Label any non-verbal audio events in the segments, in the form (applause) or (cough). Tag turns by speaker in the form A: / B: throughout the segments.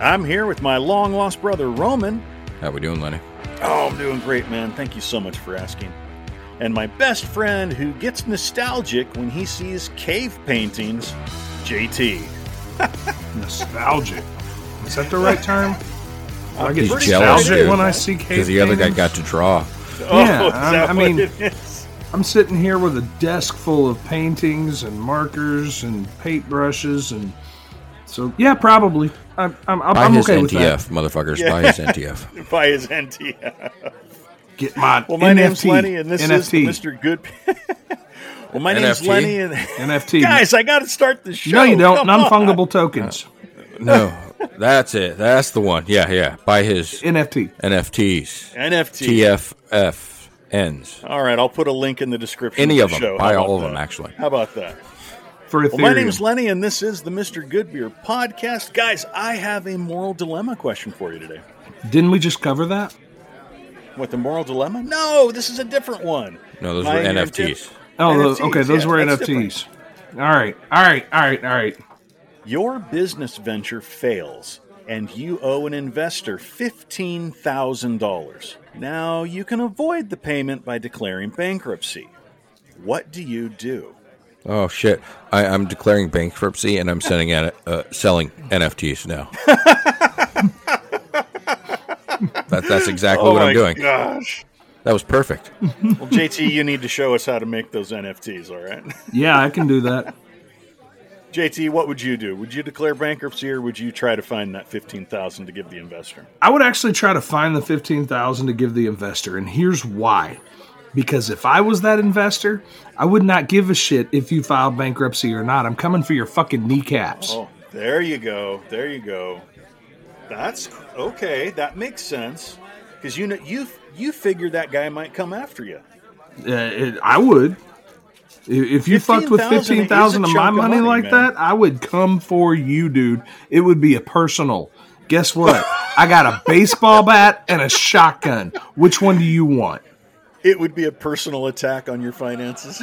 A: I'm here with my long lost brother Roman.
B: How we doing, Lenny?
A: Oh, I'm doing great, man. Thank you so much for asking. And my best friend who gets nostalgic when he sees cave paintings, JT.
C: Nostalgic. Is that the right term? Do I get
B: He's
A: pretty
B: jealous,
A: nostalgic
B: dude.
C: when I see cave
B: Because the other guy
C: paintings?
B: got to draw.
C: Yeah,
A: Oh, (laughs)
B: um,
A: is that
C: I- I
A: what
C: mean-
A: it is? (laughs)
C: I'm sitting here with a desk full of paintings and markers and paintbrushes and so yeah, probably. I'm I'm, I'm,
B: Buy
C: I'm
B: his
C: okay with that.
B: NTF, motherfuckers. Buy his
C: (laughs)
B: NTF.
A: by his NTF.
C: Get my
A: Well, my
C: NFT,
A: name's Lenny, and this
C: NFT,
A: is the Mr. Good. (laughs) well, my name's
B: NFT?
A: Lenny, and (laughs)
C: NFT.
A: guys, I got to start the show.
C: no, you don't.
A: Come
C: Non
A: on.
B: Uh,
C: fungible tokens.
B: No, that's it. That's the one. Yeah, yeah. Buy his
C: NFT.
B: NFTs,
A: NFT.
B: TFFNs,
A: All right, I'll put a link in the description.
B: any
A: the
B: of them.
A: show.
B: Buy
A: How
B: all of
A: about
B: them,
A: that?
B: actually.
A: How about that?
C: For Ethereum.
A: Well, my name's Lenny, and this is the Mr. Goodbeer podcast. Guys, I have a moral dilemma question for you today.
C: Didn't we just cover that?
A: What, the moral dilemma? No, this is a different one.
B: No, those
A: My
B: were
A: interview-
B: NFTs.
C: Oh, those,
A: NFTs,
C: okay. Those
A: yeah,
C: were
A: that's
C: NFTs. All right. All right. All right. All right.
A: Your business venture fails and you owe an investor $15,000. Now, you can avoid the payment by declaring bankruptcy. What do you do?
B: Oh shit! I, I'm declaring bankruptcy and I'm sending N- uh, selling NFTs
C: (laughs)
B: now. that, that's
C: Oh
B: exactly what I'm doing.
A: gosh.
B: That was perfect.
A: Well, JT, you need to show us how to make those NFTs, all right?
C: Yeah, I can do that.
A: JT, what would you do? Would you declare bankruptcy or would you try to find that 15,000 to give the investor?
C: I would actually try to find the 15,000 to give the investor and here's why. Because if I was that investor, I would not give a shit if you filed bankruptcy or not. I'm coming for your fucking kneecaps.
A: Oh, there you go. There you go. That's okay. That makes sense because you know you you figure that guy might come after you.
C: Uh, it- I would. I- If you fucked with
A: 15,000
C: 15,000
A: is
C: of
A: a
C: my
A: chunk of
C: money
A: money,
C: like
A: man.
C: that, I would come for you, dude. It would be a personal. Guess what? I got a baseball bat and a shotgun. Which one do you want?
A: It would be a personal attack on your finances.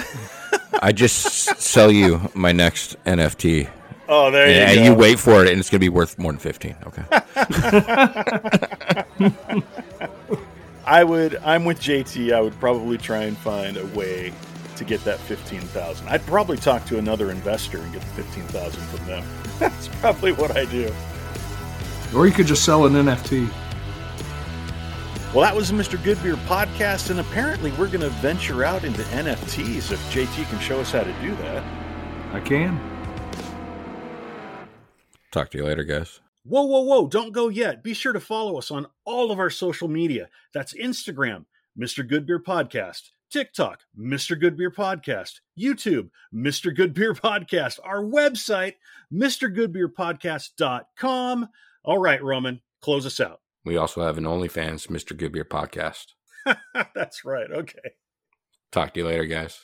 A: (laughs)
B: I just s- sell you my next NFT,
A: oh, there
B: and
A: you go.
B: you wait for it, and it's gonna be worth more than fifteen.
C: (laughs)
B: Okay.
A: I would. I'm with JT. I would probably try and find a way to get that fifteen thousand. I'd probably talk to another investor and get the fifteen thousand from them. (laughs) That's probably what I do.
C: Or you could just sell an NFT.
A: Well, that was the Mr. Goodbeer podcast, and apparently we're going to venture out into NFTs if JT can show us how to do that.
C: I can.
B: Talk to you later, guys.
D: Whoa, whoa, whoa, don't go yet. Be sure to follow us on all of our social media. That's Instagram, Mr. Goodbeer Podcast, TikTok, Mr. Goodbeer Podcast, YouTube, Mr. Goodbeer (laughs) Podcast, our website, MrGoodbeerPodcast.com. All right, Roman, close us out. (laughs)
B: We also have an OnlyFans, Mr. Goodbeer podcast.
D: That's right. Okay.
B: Talk to you later, guys.